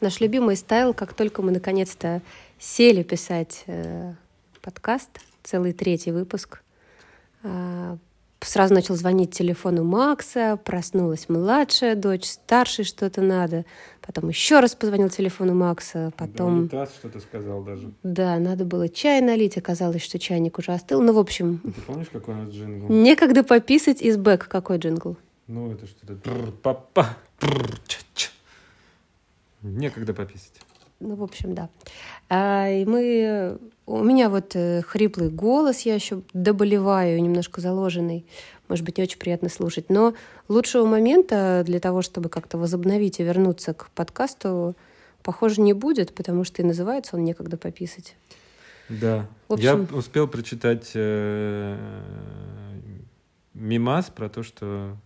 Наш любимый стайл, как только мы наконец-то сели писать э, подкаст, целый третий выпуск, э, сразу начал звонить телефон у Макса, проснулась младшая дочь, старшей что-то надо, потом еще раз позвонил телефону Макса, потом... Да, унитаз что-то сказал даже. Да, надо было чай налить, оказалось, что чайник уже остыл. Ну, в общем, Ты помнишь, какой у нас джингл? некогда пописать из бэк. Какой джингл? Ну, это что-то... тррр, па-па, тррр, ча-ча. Некогда пописать. Ну, в общем, да. А, и мы... У меня вот э, хриплый голос, я еще доболеваю, немножко заложенный. Может быть, не очень приятно слушать. Но лучшего момента для того, чтобы как-то возобновить и вернуться к подкасту, похоже, не будет, потому что и называется он «Некогда пописать». Да. В Я общем- успел прочитать э, мимас про то, что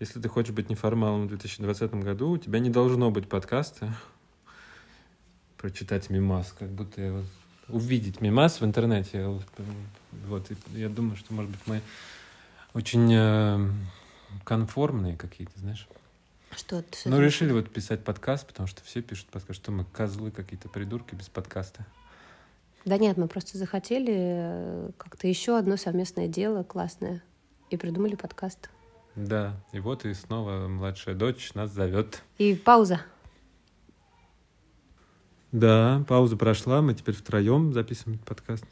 если ты хочешь быть неформалом в 2020 году, у тебя не должно быть подкаста. Прочитать мимас, как будто я вот- увидеть мимас в интернете. я вот, э, Вот, и я думаю, что, может быть, мы очень э, конформные какие-то, знаешь. Что ты с Ну, этим? решили вот писать подкаст, потому что все пишут подкаст, что мы козлы какие-то, придурки без подкаста. Да нет, мы просто захотели э, как-то еще одно совместное дело классное. И придумали подкаст. Да, и вот и снова младшая дочь нас зовет. И пауза. Да, пауза прошла, мы теперь втроем записываем этот подкаст.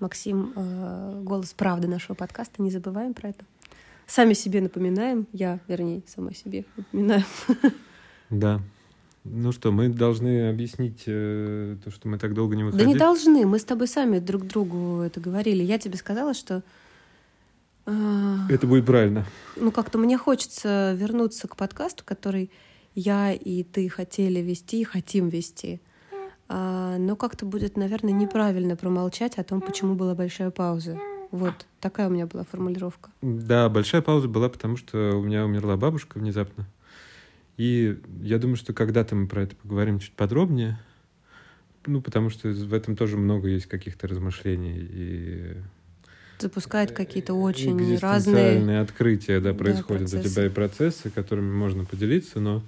Максим, э, голос правды нашего подкаста, не забываем про это. Сами себе напоминаем, я, вернее, сама себе напоминаю. Да. Ну что, мы должны объяснить э, то, что мы так долго не Да выходили. не должны, мы с тобой сами друг другу это говорили. Я тебе сказала, что... э, Это будет правильно. Ну, как-то мне хочется вернуться к подкасту, который я и ты хотели вести и хотим вести. А, но как-то будет, наверное, неправильно промолчать о том, почему была большая пауза. Вот такая у меня была формулировка. Да, большая пауза была, потому что у меня умерла бабушка внезапно. И я думаю, что когда-то мы про это поговорим чуть подробнее. Ну, потому что в этом тоже много есть каких-то размышлений и Запускает какие-то Э, очень разные экзистенциальные открытия, да, Да, происходят у процессы. тебя и процессы, которыми можно поделиться, но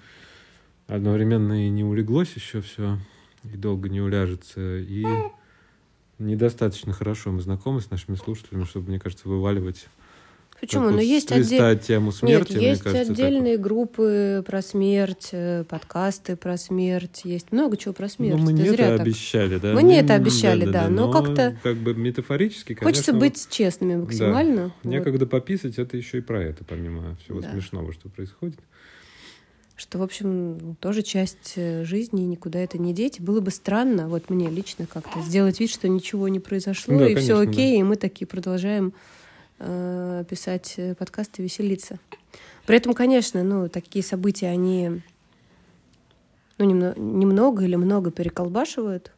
одновременно и не улеглось еще все, и долго не уляжется, и недостаточно хорошо мы знакомы с нашими слушателями, чтобы, мне кажется, вываливать Почему? так Но вот есть с листа отдельные... тему смерти, Нет, мне есть кажется, так отдельные группы про смерть, э, подкасты про смерть, есть много чего про вот. смерть. Ну, мы Ты не зря это так. обещали, да. Мы не это М, обещали, да, но как-то как бы метафорически, конечно. Хочется вот быть честными максимально. вот. Некогда пописать, это еще и про это, помимо всего Да. смешного, что происходит. Что, в общем, ну, тоже часть э, жизни, и никуда это не деть. Было бы странно, вот мне лично как-то, сделать вид, что ничего не произошло, Да, и все конечно, окей, и мы такие продолжаем э, писать э, подкасты, веселиться. При этом, конечно, ну, такие события, они ну, немно- немного или много переколбашивают,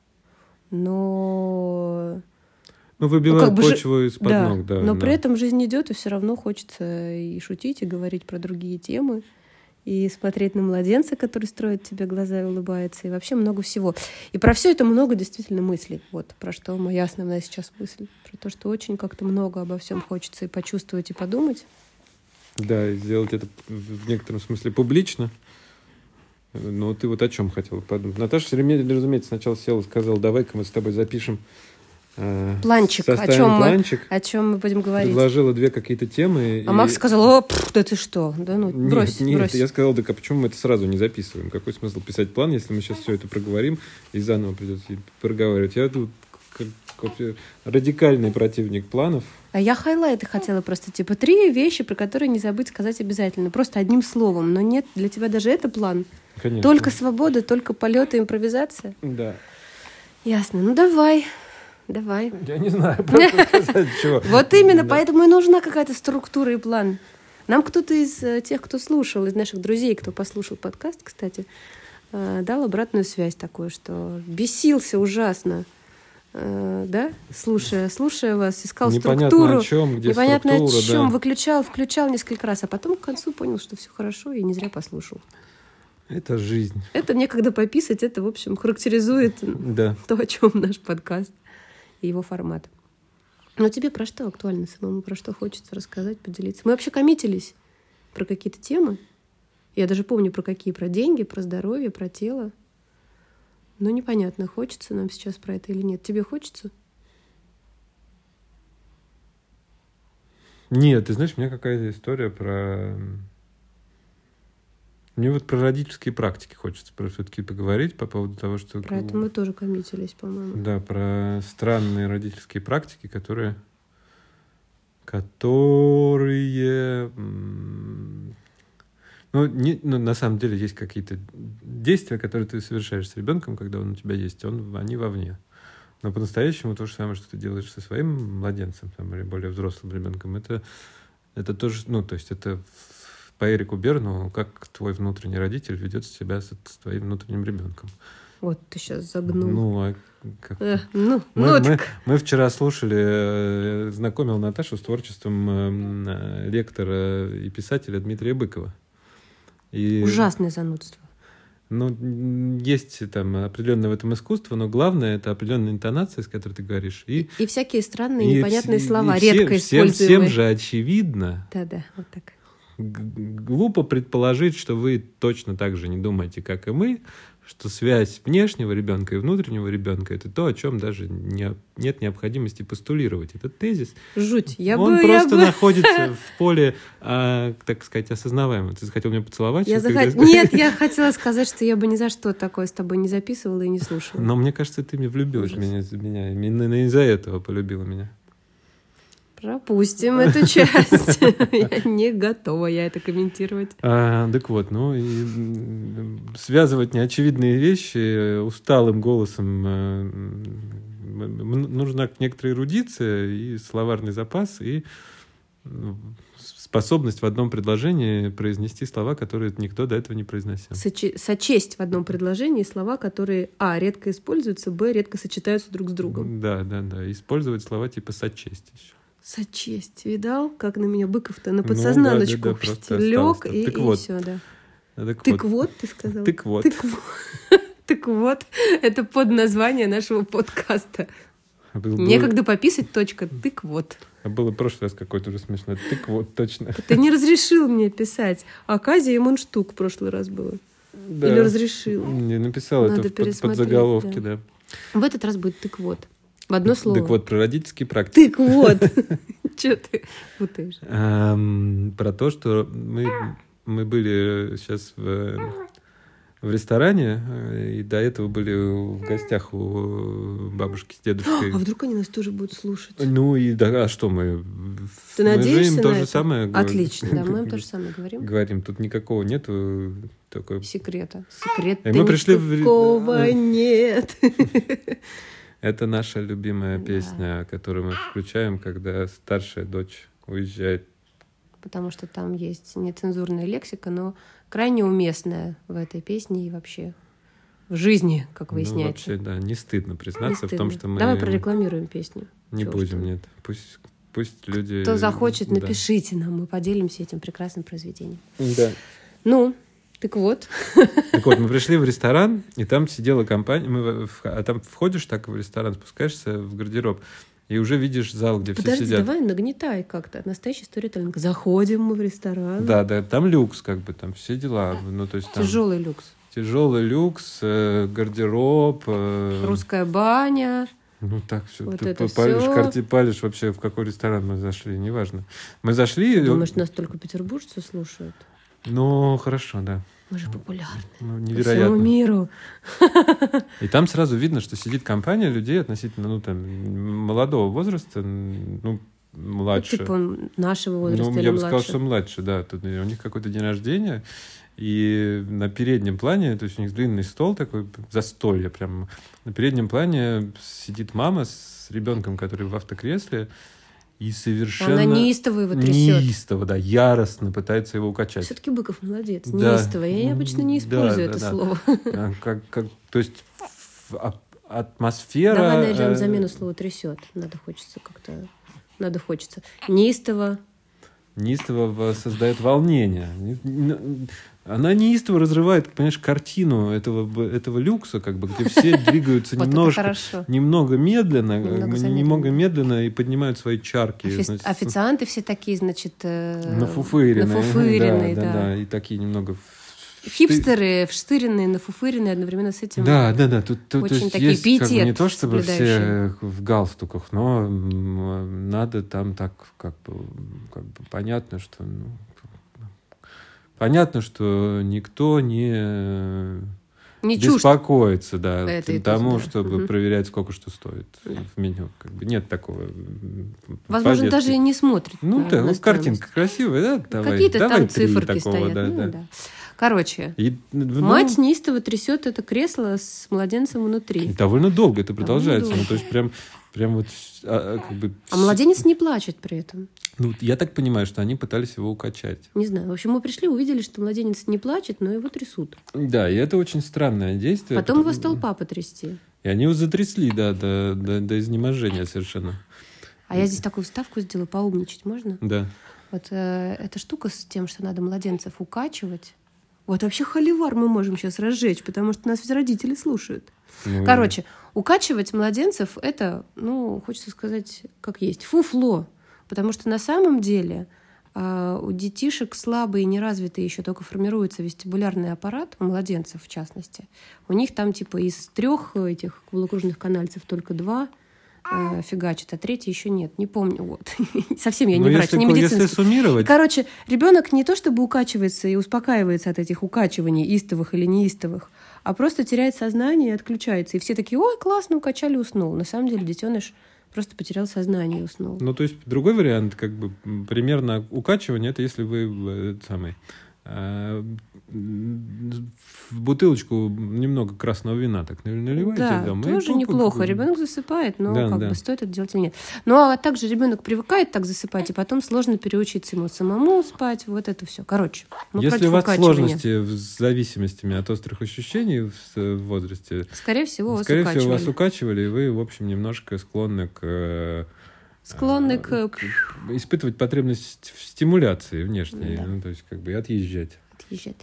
но Ну, выбивают как бы жи- почву из-под да, ног, да. Но да. при этом жизнь идет, и все равно хочется и шутить, и говорить про другие темы, и смотреть на младенца, который строит тебе глаза и улыбается, и вообще много всего. И про все это много действительно мыслей. Вот про что моя основная сейчас мысль. Про то, что очень как-то много обо всем хочется и почувствовать, и подумать. Да, и сделать это в в некотором смысле публично. Но ты вот о чем хотела подумать? Наташа Шеремедь, разумеется, сначала села и сказала, давай-ка мы с тобой запишем... э, Планчик, о составим чем мы планчик. О чем мы будем говорить? Предложила две какие-то темы. А и- Макс сказал, о, пф, да ты что? Да ну, Нет, брось, нет, брось. я сказал, так а почему мы это сразу не записываем? Какой смысл писать план, если мы сейчас все это проговорим и заново придется проговаривать? Я тут как- как радикальный противник планов. А я хайлайты хотела просто, типа, три вещи, про которые не забыть сказать обязательно. Просто одним словом. Но нет, для тебя даже это план. Конечно. Только свобода, только полеты, импровизация. Да. Ясно. Ну давай, давай. Я не знаю, правда сказать, чего. Вот именно, Да. поэтому и нужна какая-то структура и план. Нам кто-то из э, тех, кто слушал, из наших друзей, кто послушал подкаст, кстати, э, дал обратную связь такую, что бесился ужасно, э, да, слушая, слушая вас, искал Непонятно структуру. о чем, где Непонятно структура, о чем, да. выключал, включал несколько раз, а потом к концу понял, что все хорошо и не зря послушал. Это жизнь, Это мне когда пописать, это, в общем, характеризует да. то, о чем наш подкаст и его формат. Но тебе про что актуально самому, про что хочется рассказать, поделиться? Мы вообще коммитились про какие-то темы. Я даже помню про какие, про деньги, про здоровье, про тело. Но непонятно, хочется нам сейчас про это или нет. Тебе хочется? Нет, ты знаешь, у меня какая-то история про... Мне вот про родительские практики хочется про все-таки поговорить по поводу того, что... Про это мы тоже коммитились, по-моему. Да, про странные родительские практики, которые... Которые... м, Ну, не, ну, на самом деле есть какие-то действия, которые ты совершаешь с ребенком, когда он у тебя есть, он, они вовне. Но по-настоящему то же самое, что ты делаешь со своим младенцем там, или более взрослым ребенком, это, это тоже, ну, то есть это в- по Эрику Берну, как твой внутренний родитель ведет себя с, с твоим внутренним ребенком. Вот ты сейчас загнул. Ну, Ну, а как... ну, Мы, ну мы- так. мы вчера слушали, э, знакомил Наташу с творчеством э, м, э, лектора и писателя Дмитрия Быкова. И... Ужасное занудство. Ну, м, есть там определенное в этом искусство, но главное это определенная интонация, с которой ты говоришь. И, И, всякие странные, и непонятные вс- слова, и все- редко всем, используемые. всем же очевидно, Да-да, вот так. г- глупо предположить, что вы точно так же не думаете, как и мы, что связь внешнего ребенка и внутреннего ребенка это то, о чем даже не- нет необходимости постулировать. Этот тезис Жуть. Я он бы, я просто бы... находится в поле, а, так сказать, осознаваемого. Ты захотел меня поцеловать? Я сейчас, когда захот- Нет, я хотела сказать, что я бы ни за что такое с тобой не записывала и не слушала. Но мне кажется, ты мне влюбилась в меня, из- меня. Именно на- из-за этого полюбила меня. Пропустим эту часть. Я не готова я это комментировать. А, так вот, ну и м, связывать неочевидные вещи э, усталым голосом э, м, м, нужна некоторая эрудиция и словарный запас, и м, с- способность в одном предложении произнести слова, которые никто до этого не произносил. Соче- Сочесть в одном предложении слова, которые, а, редко используются, б, редко сочетаются друг с другом. Да, да, да. Использовать слова типа сочесть еще. Сочесть. Видал, как на меня Быков-то на Ну, да, да, да, подсознаночку просто лег осталось. и, Так и вот. все, да. А, Так Так вот. вот, ты сказал. Так вот. Так во- Так вот, это под название нашего подкаста. А был- был- Некогда пописать, точка, тык вот. а Было в прошлый раз какой-то уже смешно. Так вот, точно. Ты не разрешил мне писать. Аказия и Мунштук в прошлый раз было. Или Да. разрешил. Не написал Надо это в под- пересмотреть, подзаголовке, да. В этот раз будет тык вот. В одно слово. Так вот, про родительские практики. Тык вот. Че ты путаешь? Эм, Про то, что мы, мы были сейчас в, в ресторане, э, и до этого были в гостях у бабушки с А дедушкой. вдруг они нас тоже будут слушать? Ну и да, а что мы? Ты мы же им надеешься то на же это? самое говорим. Отлично, да, мы им то же самое говорим. Говорим, тут никакого нету такой. Секрета. Секрета И мы пришли в ре- никакого нет. Это наша любимая Да. песня, которую мы включаем, когда старшая дочь уезжает. Потому что там есть нецензурная лексика, но крайне уместная в этой песне и вообще в жизни, как Ну, выясняется. вообще, да, не стыдно Не признаться в том, стыдно. что мы Давай прорекламируем песню. не Чего уж будем, там. нет. Пусть, пусть люди... Кто захочет, Э, ну да. напишите нам, мы поделимся этим прекрасным произведением. Да. Ну, так вот, Так вот, мы пришли в ресторан, и там сидела компания, мы в- а там входишь так в ресторан, спускаешься в гардероб, и уже видишь зал, где все подожди, сидят. давай нагнетай как-то. Настоящий сторителлинг. Заходим мы в ресторан. Да, да, там люкс, как бы, там все дела. Ну, то есть там Тяжелый люкс. тяжелый люкс, э, гардероб. э, Русская баня. Ну так все, Вот ты это п- палишь, всё. карти- палишь вообще, в какой ресторан мы зашли, неважно. Мы зашли, э, Думаешь, нас только петербуржцы слушают? ну хорошо, да, Мы же популярны. Ну, По всему невероятно. миру. И там сразу видно, что сидит компания людей относительно, ну там, м, молодого возраста, м, ну, Ну, младше. Типа нашего возраста ну, или я бы сказал, младше. что младше, да. Тут у них какой-то день рождения, и на переднем плане, то есть у них длинный стол такой, застолье прям. На переднем плане сидит мама с ребенком, который в автокресле, и совершенно... Она неистово его трясет. Неистово, да, яростно пытается его укачать. Все-таки Быков молодец, Да. неистово. Я обычно не Да, использую да, это да. слово. А, Как, как, то есть ф- а- атмосфера... Давай найдем э, замену слова трясет. Надо хочется как-то. Надо хочется. Неистово. неистово в- создает волнение. Не- не- Она неистово разрывает, понимаешь, картину этого, б- этого люкса, как бы, где все двигаются Вот это немножко, хорошо. немного медленно, Немного как бы, замедленно. немного медленно и поднимают свои чарки. Офи- значит, Официанты все такие, значит, э, нафуфыренные. нафуфыренные, да, да, да. да, И такие немного в- Хипстеры, вштыренные, нафуфыренные одновременно с этим. Да, да, да. Тут, тут Очень есть- такие есть как бы не пиетет то, чтобы все соблюдающие. в галстуках, но м, надо там так как бы, как бы понятно, что ну, понятно, что никто не, э, Не чушь. беспокоится, да, Этой тому, туфли, да. чтобы Мгм. проверять, сколько что стоит в меню. Как бы нет такого. м, Возможно, по-детски. даже и не смотрит. Ну на- да, на вот стоимость. картинка красивая, да? Давай, Какие-то давай там три циферки такого, стоят. да, ну да. да. Короче, И, ну, мать неистово трясет это кресло с младенцем внутри. довольно долго это Довольно продолжается. Ну, долго. то есть прям, прям вот с- а, а, как бы. А младенец не плачет при этом. Ну, вот я так понимаю, что они пытались его укачать. Не знаю. В общем, мы пришли, увидели, что младенец не плачет, но его трясут. Да, и это очень странное действие. Потом его стал потому- папа трясти. И они его затрясли, да, до, до, до изнеможения совершенно. А я здесь такую вставку сделаю, поумничать можно? Да. Вот э, эта штука с тем, что надо младенцев укачивать. Вот вообще холивар мы можем сейчас разжечь, потому что нас все родители слушают. Ну, Короче, укачивать младенцев это, ну, хочется сказать, как есть, фуфло. Потому что на самом деле а, у детишек слабые, неразвитые еще только формируется вестибулярный аппарат, у младенцев в частности. У них там типа из трех этих полукружных канальцев только два а, фигачат, а третий еще нет. Не помню. Вот. Совсем я ну, не врач, если, не ко- медицинский. если суммировать, Короче, ребенок не то чтобы укачивается и успокаивается от этих укачиваний, истовых или неистовых, а просто теряет сознание и отключается. И все такие, ой, классно, укачали, уснул. На самом деле детеныш просто потерял сознание и уснул. Ну, то есть, другой вариант, как бы, м, примерно укачивание, это если вы э, это самый, э, м, в бутылочку немного красного вина так наль- наливаете да, дома. и тоже пу- пу- неплохо. пу- Ребенок засыпает, но Да, как да. бы стоит это делать или нет. Ну а также ребенок привыкает так засыпать, и потом сложно переучиться ему самому спать. Вот это все. Короче, мы Если Ну, против у вас укачивания. сложности с зависимостями от острых ощущений в, с- э, в возрасте, Скорее всего, вас скорее всего, вас укачивали. укачивали, и вы, в общем, немножко склонны к... э, Склонны э, к к- испытывать потребность в стимуляции внешней, Да. ну, то есть, как бы, и отъезжать. отъезжать.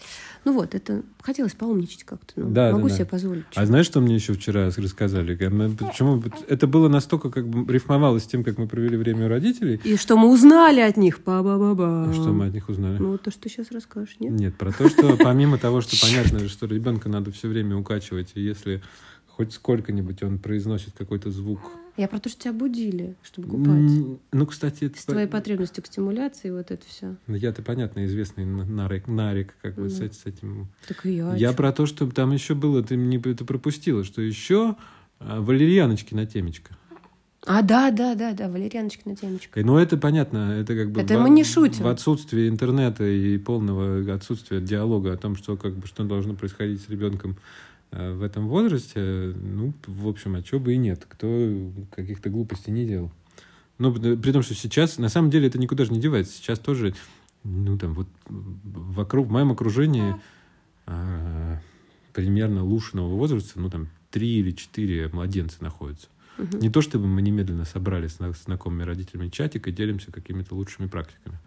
Ну вот, это хотелось поумничать как-то. ну, Да, да, могу да. себе позволить. А знаешь, что мне еще вчера с- рассказали? Как мы- Почему? Это было настолько как бы рифмовалось с тем, как мы провели время у родителей, И что мы узнали от них? ба ба ба А что мы от них узнали. Ну, вот то, что сейчас расскажешь, нет? Нет, про то, что помимо того, что понятно, что ребенка надо все время укачивать, и если хоть сколько-нибудь он произносит какой-то звук. Я про то, что тебя будили, чтобы купать. М, Ну, кстати, это С по- твоей потребностью к стимуляции, вот это все. Ну, я-то, понятно, известный на- нарик, нарик как бы с Да. эт- с этим Так и я. Я чё? про то, что там еще было, ты мне это пропустила, что еще а, валерьяночки на темечко. А, да, да, да, да, Валерьяночка на темечку. Но это понятно, это как бы Это в- мы не шутим. в отсутствии интернета и полного отсутствия диалога о том, что как бы что должно происходить с ребенком э, в этом возрасте, ну, в общем, а чего бы и нет, кто каких-то глупостей не делал. Ну, п- при том, что сейчас, на самом деле, это никуда же не девается. Сейчас тоже, ну, там, вот м, вокруг, в моем окружении а, примерно лушиного возраста, ну, там, три или четыре младенца находятся. Мгм. Не то, чтобы мы немедленно собрали с на- с знакомыми родителями чатик и делимся какими-то лучшими практиками.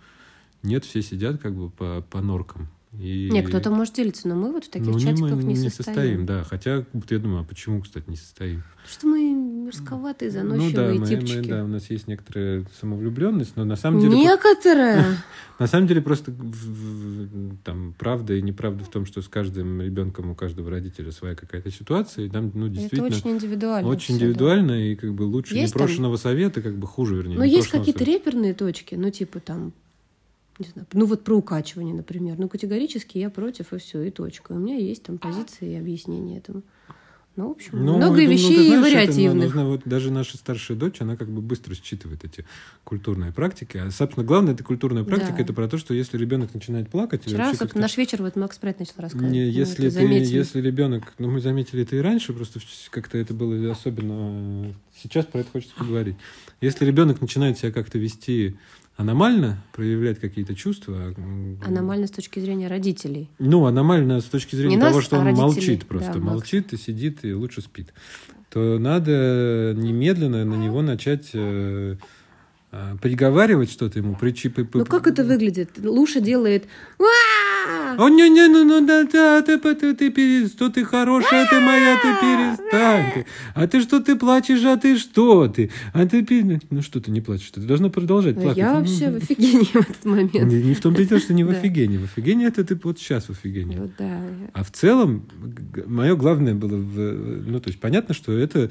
Нет, все сидят как бы по, по норкам. И... Не, кто-то может делиться, но мы вот в таких Ну, не, мы чатиках не, не состоим. да. Хотя, вот я думаю, а почему, кстати, не состоим? Потому что мы мерзковатые, заносчивые ну да, мы- мы, типчики. да, у нас есть некоторая самовлюбленность, но на самом деле... Некоторые. На самом деле просто в- в- там правда и неправда в том, что с каждым ребенком у каждого родителя своя какая-то ситуация, и там, ну, Это действительно, очень индивидуально. очень всё, да. индивидуально, и как бы лучше Есть там- непрошенного совета, как бы хуже, вернее. Но есть непрошенного какие-то совета. реперные точки, ну, типа там, не знаю, ну, вот про укачивание, например. Ну, категорически я против, и все, и точка. У меня есть там позиции и объяснения этому. Ну, в общем, много Ну, это, ну, ты вещей знаешь, это, ну, вариативных. нужно- вот даже наша старшая дочь, она как бы быстро считывает эти культурные практики. А, собственно, главное, это культурная практика, Да. это про то, что если ребенок начинает плакать... или Вчера вообще как как-то- наш вечер вот Макс Прайд начал рассказывать. Не, мы если, Ну, это ты- заметили. если ребенок, ну мы заметили это и раньше, просто вс- как-то это было особенно э, сейчас про это хочется поговорить. Если ребенок начинает себя как-то вести аномально, проявлять какие-то чувства, м, Аномально с точки зрения родителей. ну аномально с точки зрения Не того, нас, что а он родителей. молчит Да, просто, Макс. молчит и сидит и лучше спит, то надо немедленно на него начать э, э, приговаривать что-то ему, причипы. Ну, как это выглядит? Луша делает «Уа!» Да. О, не, не, ну, ну, да, да, ты, ты, ты, ты перестань, ты хорошая, а ты моя, ты перестань. ты. А ты что, ты плачешь, а ты что ты? А ты пере- ну что ты не плачешь, ты должна продолжать А плакать. Я Ну, вообще в ну, офигении в этот момент. Не, не в том дело, что не в Да. офигении. В офигении это ты вот сейчас в офигении. Вот, да. А в целом, мое главное было, в- ну, то есть понятно, что это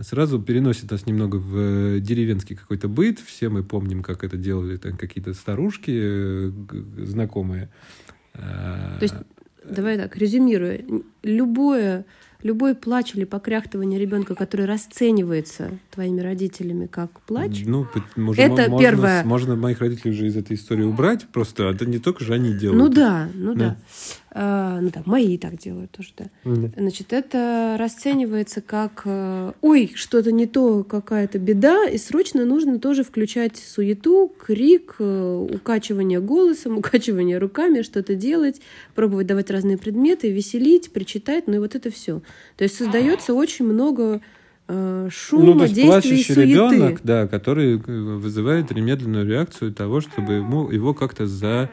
сразу переносит нас немного в э, деревенский какой-то быт. Все мы помним, как это делали там какие-то старушки э, г- знакомые. А, То есть Давай так, резюмируя. Любое, любой плач или покряхтывание ребенка, который расценивается твоими родителями как плач, Ну, п- мож- Это можно, первое. Можно моих родителей уже из этой истории убрать, просто это не только же они делают. ну да, ну да. Да. А, ну да, мои так делают тоже, да. Мгм. Значит, это расценивается как э, «Ой, что-то не то, какая-то беда», и срочно нужно тоже включать суету, крик, э, укачивание голосом, укачивание руками, что-то делать, пробовать давать разные предметы, веселить, причитать, ну и вот это все. То есть создается очень много э, шума, Ну, то есть действий и плачущий суеты. ребенок, да, который э, вызывает немедленную реакцию того, чтобы ему его как-то за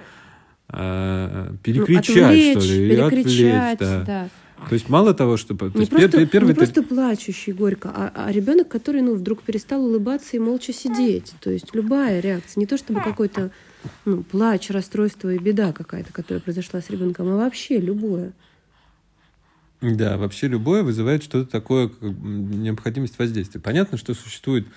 а, Ну, перекричать, отвлечь, что ли, или отвлечь, перекричать, да. да. То есть мало того, что... по- то Не есть просто, пер- не первый ты- просто плачущий горько, а, а ребенок, который ну, вдруг перестал улыбаться и молча сидеть. То есть любая реакция. Не то чтобы какой-то ну, плач, расстройство и беда какая-то, которая произошла с ребенком, а вообще любое. Да, вообще любое вызывает что-то такое, как м, необходимость воздействия. Понятно, что существует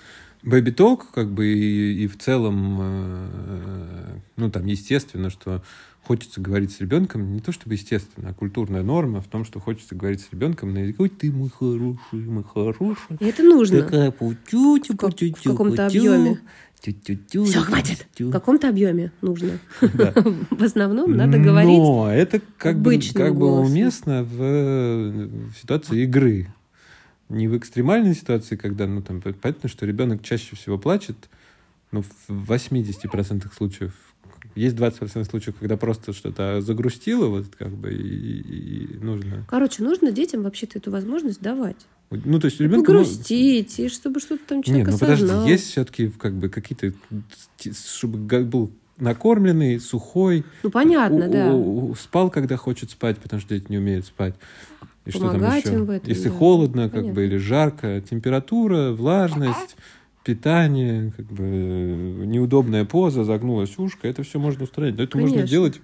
бэби-ток, как бы и, и в целом, э, ну там естественно, что хочется говорить с ребенком, не то чтобы естественно, а культурная норма в том, что хочется говорить с ребенком на языке, «Ой, ты мой хороший, мой хороший. И это э, нужно. Такая путю-тю, В как- путю-тю, в каком-то путю. объеме. Тю-тю-тю, Все, хватит. тю-тю. В каком-то объеме нужно. Да. Ну. В основном Ну, надо Но говорить. это как бы, обычным как бы голосом. уместно в, в ситуации игры. Не в экстремальной ситуации, когда, ну, там, понятно, что ребенок чаще всего плачет, ну, в 80% случаев. Есть 20% случаев, когда просто что-то загрустило, вот, как бы, и, и- и нужно... Короче, нужно детям вообще-то эту возможность давать. Ну, то есть И ребенок... Погрустить, и чтобы что-то там Не, человек ну подожди, осознал. есть все-таки как бы какие-то, т- чтобы га- был накормленный, сухой, Ну, понятно, у- да. у- у- спал, когда хочет спать, потому что дети не умеют спать. И что там Помогать еще? им в этом, Если да. холодно, как Понятно. бы, или жарко, температура, влажность, питание, как бы э, неудобная поза, загнулась ушко, это все можно устранить. Но это можно Конечно. делать,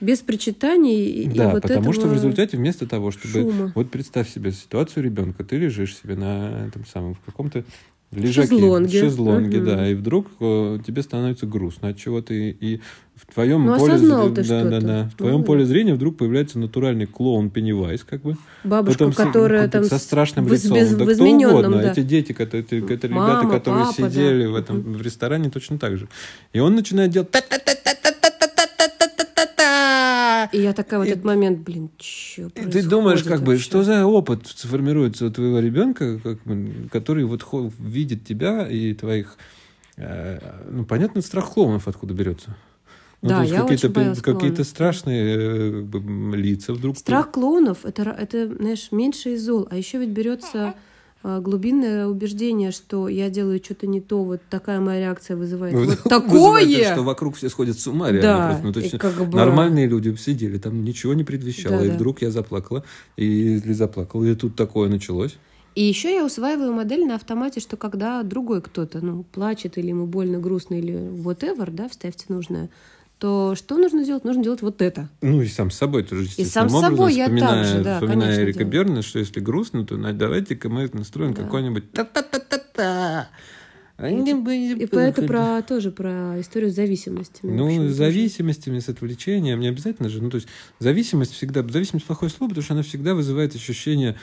Без причитаний и, и да, вот потому что в этого результате вместо того, чтобы шума. вот представь себе ситуацию ребенка, ты лежишь себе на этом самом в каком-то лежаке, Шезлонге. шезлонге, Мгм. да, и вдруг э, тебе становится грустно от чего-то, и, и в твоем Ну, поле, осознал зре- ты да, что-то. да, да. в Ну, твоем да. поле зрения вдруг появляется натуральный клоун Пеннивайз, как бы, Бабушку, Потом с- которая как бы там со с- страшным в из- лицом, без- да в кто измененном, угодно, да. эти дети, которые, эти- которые Мама, ребята, которые папа, сидели да. в этом в ресторане, точно так же, и он начинает делать Та-та-та-та-та-та-та-та. И я такая в И- этот момент, блин, чё И ты думаешь, происходит как бы, вообще? что за опыт сформируется у твоего ребенка, как бы, который вот хо- видит тебя и твоих, э, ну, понятно, страх клоунов откуда берется. Ну, Да, то есть я какие-то, очень пе- боялась какие-то клоунов. страшные э, как бы, м, лица вдруг. Страх клоунов это, ра- это, знаешь, меньше из зол. А еще ведь берется а, глубинное убеждение, что я делаю что-то не то, вот такая моя реакция вызывает. вызывает, Вот такое! что вокруг все сходят с ума, реально. да, просто. Ну, то есть и как бы- Нормальные люди сидели, там ничего не предвещало. Да, и да. вдруг я заплакала, и, или заплакала, и тут такое началось. И еще я усваиваю модель на автомате, что когда другой кто-то, ну, плачет или ему больно, грустно или whatever, да, вставьте нужное, то что нужно делать? Нужно делать вот это. Ну и сам с собой тоже, естественным сам с образом, собой я так вспоминая, же, да, вспоминая конечно, Эрика делаю. Берна, что если грустно, то на- давайте-ка мы настроим Да. какой-нибудь... Та-та-та-та-та. И по- это про, тоже про историю с зависимостями. в общем, Ну, тоже. с зависимостями, с отвлечением, не обязательно же. Ну, то есть зависимость всегда... Зависимость плохое слово, потому что она всегда вызывает ощущение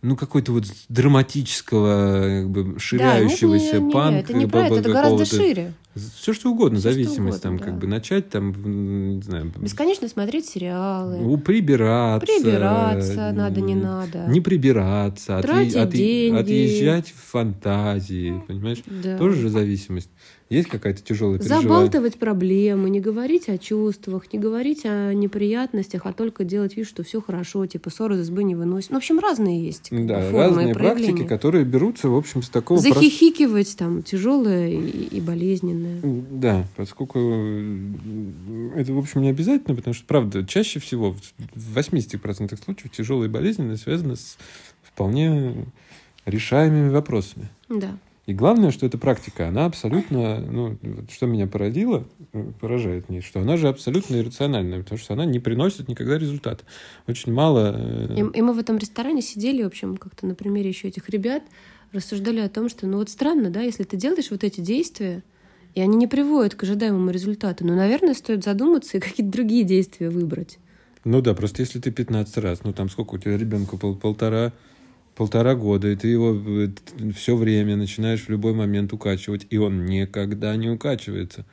ну, какой-то вот драматического, как бы, ширяющегося да, нет, ну, не- не, панка. Это не про это, это гораздо шире. Все, что угодно, Всё, что зависимость, там, угодно, да. как бы, начать, там, в- не знаю, Бесконечно смотреть сериалы, у- прибираться. прибираться э, м, надо, не надо. не прибираться, отъе- Тратить отъе- деньги. отъезжать в фантазии, понимаешь? Да. Тоже же зависимость. Есть какая-то тяжелая переживание? Забалтывать проблемы, не говорить о чувствах, не говорить о неприятностях, а только делать вид, что все хорошо, типа ссоры из избы не выносят. Ну, в общем, разные есть как бы, Да, формы и разные практики, проявления. которые берутся, в общем, с такого прост- Захихикивать там тяжелое и, и болезненное. Да, поскольку э, это, в общем, не обязательно, потому что, правда, чаще всего, в- в 80% случаев, тяжелые болезни связаны с вполне решаемыми вопросами. Да. И главное, что эта практика, она абсолютно, ну, вот что меня породило, э, поражает мне, что она же абсолютно иррациональная, потому что она не приносит никогда результата. Очень мало... э, И, и мы в этом ресторане сидели, в общем, как-то на примере еще этих ребят, рассуждали о том, что, ну вот странно, да, если ты делаешь вот эти действия, и они не приводят к ожидаемому результату, ну, наверное, стоит задуматься и какие-то другие действия выбрать. Ну да, просто если ты 15 раз, ну там сколько у тебя ребенку пол- полтора, полтора года, и ты его все время начинаешь в любой момент укачивать, и он никогда не укачивается,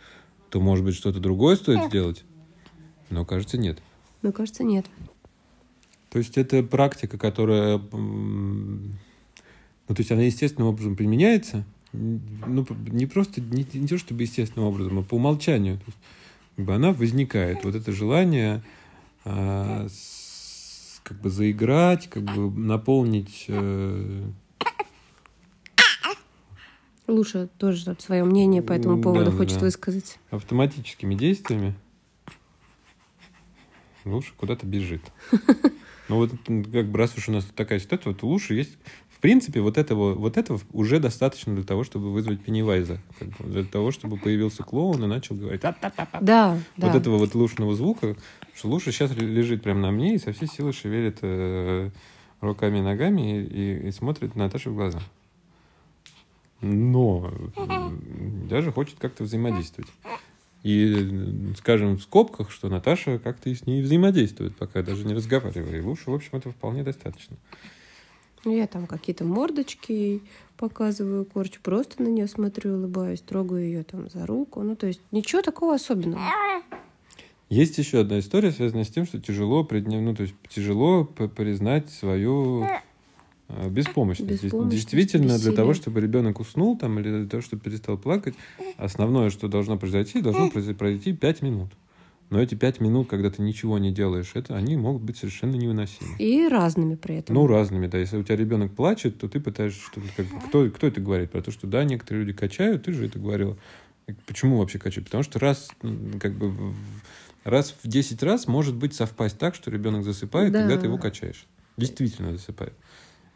то, может быть, что-то другое стоит сделать? Но, кажется, нет. Но, кажется, нет. То есть это практика, которая... м, Ну, то есть она естественным образом применяется. М, Ну, п- не просто, не, не то чтобы естественным образом, а по умолчанию. То есть, как бы она возникает. Вот это желание а, с- как бы заиграть, как бы наполнить... э, Лучше тоже там свое мнение по этому Да, поводу да, хочет да. высказать. автоматическими действиями лучше куда-то бежит. Ну вот м, как бы раз уж у нас тут такая ситуация, вот лучше есть... В принципе, вот этого, вот этого уже достаточно для того, чтобы вызвать Пеннивайза. Как бы для того, чтобы появился клоун и начал говорить. «А, «Та-та-та-та». Да, да. Вот этого вот лушного звука, что луша сейчас лежит прямо на мне и со всей силы шевелит э, руками и ногами и, и- и смотрит Наташе в глаза. Но м, даже хочет как-то взаимодействовать. И э, скажем в скобках, что Наташа как-то и с ней взаимодействует, пока даже не разговаривая. И лучше, в общем, этого вполне достаточно. Ну, Я там какие-то мордочки ей показываю, корчу, просто на нее смотрю, улыбаюсь, трогаю ее там за руку. Ну, то есть ничего такого особенного. Есть еще одна история, связанная с тем, что тяжело предня- ну, то есть тяжело п- признать свою э, беспомощность. Дес- Беспомощность, Действительно, для того, бессилие. чтобы ребенок уснул там, или для того, чтобы перестал плакать, основное, что должно произойти, должно произ- пройти 5 минут. Но эти 5 минут, когда ты ничего не делаешь, это они могут быть совершенно невыносимы. И разными при этом. Ну, разными, да. Если у тебя ребенок плачет, то ты пытаешься... чтобы как бы- кто, кто это говорит? Про то, что да, некоторые люди качают, ты же это говорила. И Почему вообще качают? Потому что раз, м, как бы, в- раз в 10 раз может быть совпасть так, что ребенок засыпает, Да. когда ты его качаешь. Действительно засыпает.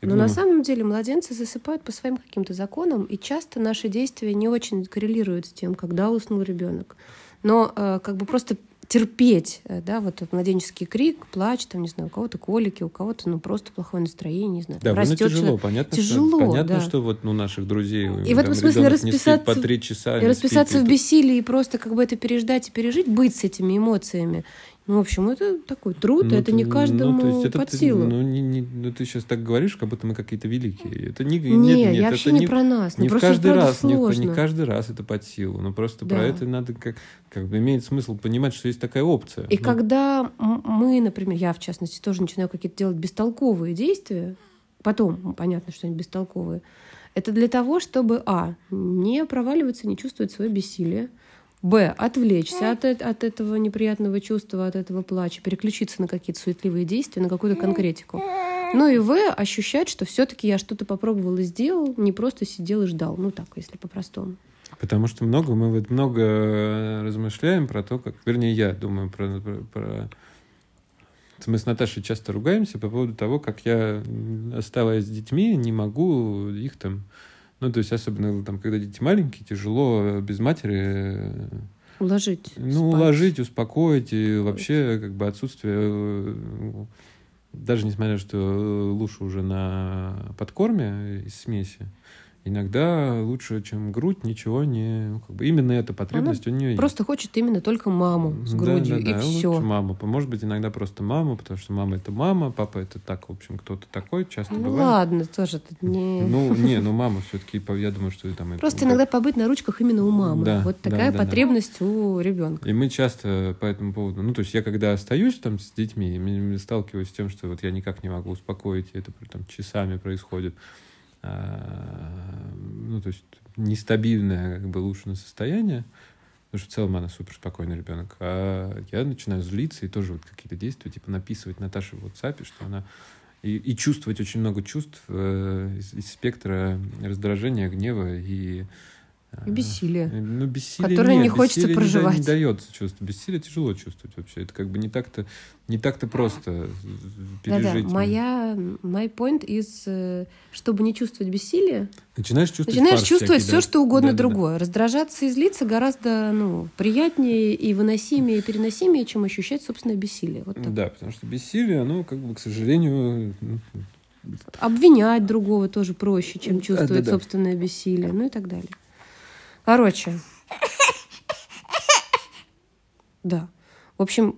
Я Но думаю, на самом деле младенцы засыпают по своим каким-то законам, и часто наши действия не очень коррелируют с тем, когда уснул ребенок. Но э, как бы просто терпеть, э, да, вот этот младенческий крик, плач, там, не знаю, у кого-то колики, у кого-то, ну, просто плохое настроение, не знаю, Да, там ну, растет тяжело, человек. понятно, Тяжело, что, понятно, да. что вот у наших друзей у И в там этом смысле ребенок не спит по расписаться- три часа. И не расписаться спит, ну, в и тут- бессилии и просто как бы это переждать и пережить, быть с этими эмоциями. Ну, в общем, это такой труд, Ну, это ты- не ну, каждому то есть это под ты- силу. Ну, не- не- ну, ты сейчас так говоришь, как будто мы какие-то великие. Это не, не, нет, нет, я это вообще не, не про нас. Ну, Не в просто каждый правда раз, не, в- сложно. не каждый раз это под силу. Ну просто Да. про это надо как, как бы имеет смысл понимать, что есть такая опция. И Ну, когда м- мы, например, я в частности тоже начинаю какие-то делать бестолковые действия, потом ну, понятно, что они бестолковые, это для того, чтобы а не проваливаться, не чувствовать свое бессилие, б отвлечься от, эт- от этого неприятного чувства, от этого плача, переключиться на какие-то суетливые действия, на какую-то конкретику. Ну и в ощущать, что все-таки я что-то попробовал и сделал, не просто сидел и ждал. Ну так, если по-простому. Потому что много мы вот много э, размышляем про то, как, вернее, я думаю про, про, про- Мы с Наташей часто ругаемся по поводу того, как я, м, оставаясь с детьми, не могу их там... Ну, то есть, особенно там, когда дети маленькие, тяжело э, без матери э, Уложить. Ну, спать. уложить, успокоить, и вообще, как бы, отсутствие... э, ну, Даже несмотря, что э, лучше уже на подкорме из смеси, иногда лучше, чем грудь, ничего не... ну, Как бы именно эта потребность у нее Просто хочет именно только маму с Да, грудью, да, да, и лучше все. маму. Может быть, иногда просто маму, потому что мама — это мама, папа — это так, в общем, кто-то такой, часто Ну бывает. ладно, тоже тут не. Ну, не, ну мама все-таки, я думаю, что и там... и- Просто иногда побыть на ручках именно у мамы. Да, вот да, такая да, да. потребность у ребенка. И мы часто по этому поводу... Ну, то есть я когда остаюсь там с детьми, м- м- сталкиваюсь с тем, что вот я никак не могу успокоить, и это там часами происходит. А, Ну, ну, то есть нестабильное как бы лучшее состояние, потому что в целом она супер спокойный ребенок, а я начинаю злиться и тоже вот какие-то действия, типа написывать Наташе в WhatsApp, что она и, и чувствовать очень много чувств э, из, из спектра раздражения, гнева и э, Бессилие. Э, Ну, бессилие Которое нет, не хочется бессилие не да- Не, проживать. дается чувствовать. Бессилие тяжело чувствовать вообще. Это как бы не так-то не так-то просто э, Да-да, пережить. моя my point из, э, чтобы не чувствовать бессилие, Начинаешь чувствовать начинаешь фарш чувствовать всякий, все, да. что угодно Да-да-да. другое. Раздражаться и злиться гораздо ну, приятнее и выносимее, и переносимее, чем ощущать собственное бессилие. Вот так. Да, потому что бессилие, оно как бы, к сожалению, ну, Обвинять другого тоже проще, Э, чем чувствовать Да-да-да. собственное бессилие, ну и так далее. Короче. Да. В общем,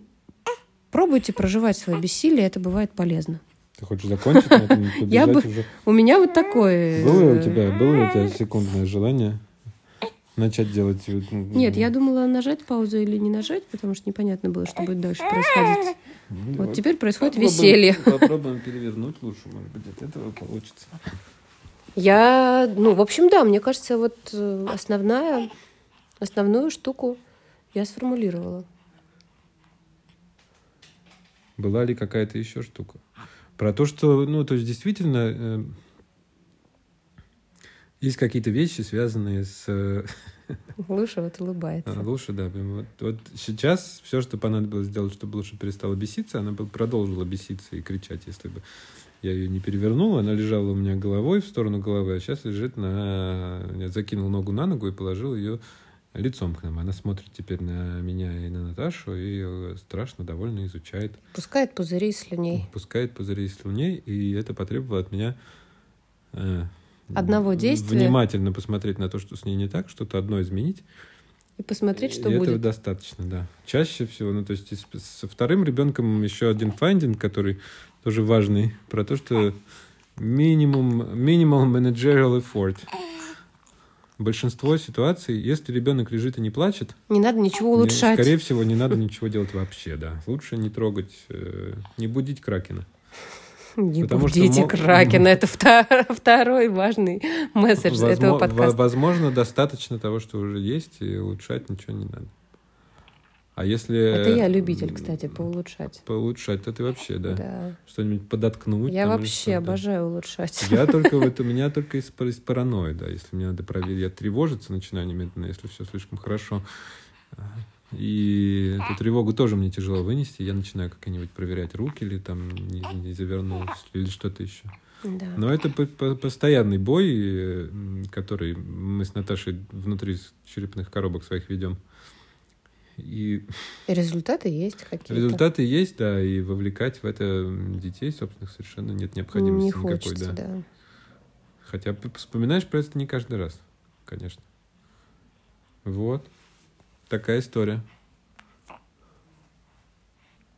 пробуйте проживать свое бессилие, это бывает полезно. ты хочешь закончить на этом? и Я бы- побежать уже? У меня вот такое... Было у э, тебя, было у тебя секундное желание начать делать? э, ну, Нет, я думала нажать паузу или не нажать, потому что непонятно было, что будет дальше происходить. ну, Вот теперь происходит попробуем- веселье. Попробуем перевернуть лучше, может быть, от этого получится. Я, ну, в общем, да, мне кажется, вот э, основная, основную штуку я сформулировала. Была ли какая-то еще штука? Про то, что, ну, то есть действительно э, есть какие-то вещи, связанные с... э, а, Лыша вот улыбается. Лучше, да. прям Вот, вот сейчас все, что понадобилось сделать, чтобы лучше перестала беситься, она бы продолжила беситься и кричать, если бы я ее не перевернул. Она лежала у меня головой в сторону головы, а сейчас лежит на... Я закинул ногу на ногу и положил ее лицом к нам. Она смотрит теперь на меня и на Наташу и э, страшно довольно изучает Пускает пузыри из слюней. пускает пузыри слюней, и это потребовало от меня э, Одного в- действия? Внимательно посмотреть на то, что с ней не так, что-то одно изменить. И посмотреть, что и этого будет. достаточно, да. Чаще всего, ну, то есть и с- со вторым ребенком еще один файндинг, который тоже важный, про то, что минимум, minimal managerial effort. Большинство ситуаций, если ребенок лежит и не плачет, Не надо ничего не- улучшать. скорее всего, не надо ничего делать вообще, да. Лучше не трогать, э, не будить кракена. Не потому что будите мо- Кракена. Это втор- второй важный месседж Возмо- этого во- подкаста. Возможно, достаточно того, что уже есть, и улучшать ничего не надо. А если... Это я м, любитель, кстати, поулучшать. Поулучшать, то ты вообще, да. Да. Что-нибудь подоткнуть. Я там или вообще что-то. обожаю улучшать. Я только вот, у меня только из, пар- из паранойи, да. Если мне надо проверить, я тревожиться начинаю немедленно, если все слишком хорошо. И эту тревогу тоже мне тяжело вынести. Я начинаю как-нибудь проверять руки или там не, не завернулось, или что-то еще. Да. Но это по- по- постоянный бой, э, м, который мы с Наташей внутри с- черепных коробок своих ведем. И И результаты есть какие-то. результаты есть, да, и вовлекать в это м, детей, собственно, совершенно нет необходимости Не никакой, хочется, да. да. Хотя п- вспоминаешь про это не каждый раз, конечно. Вот. Такая история.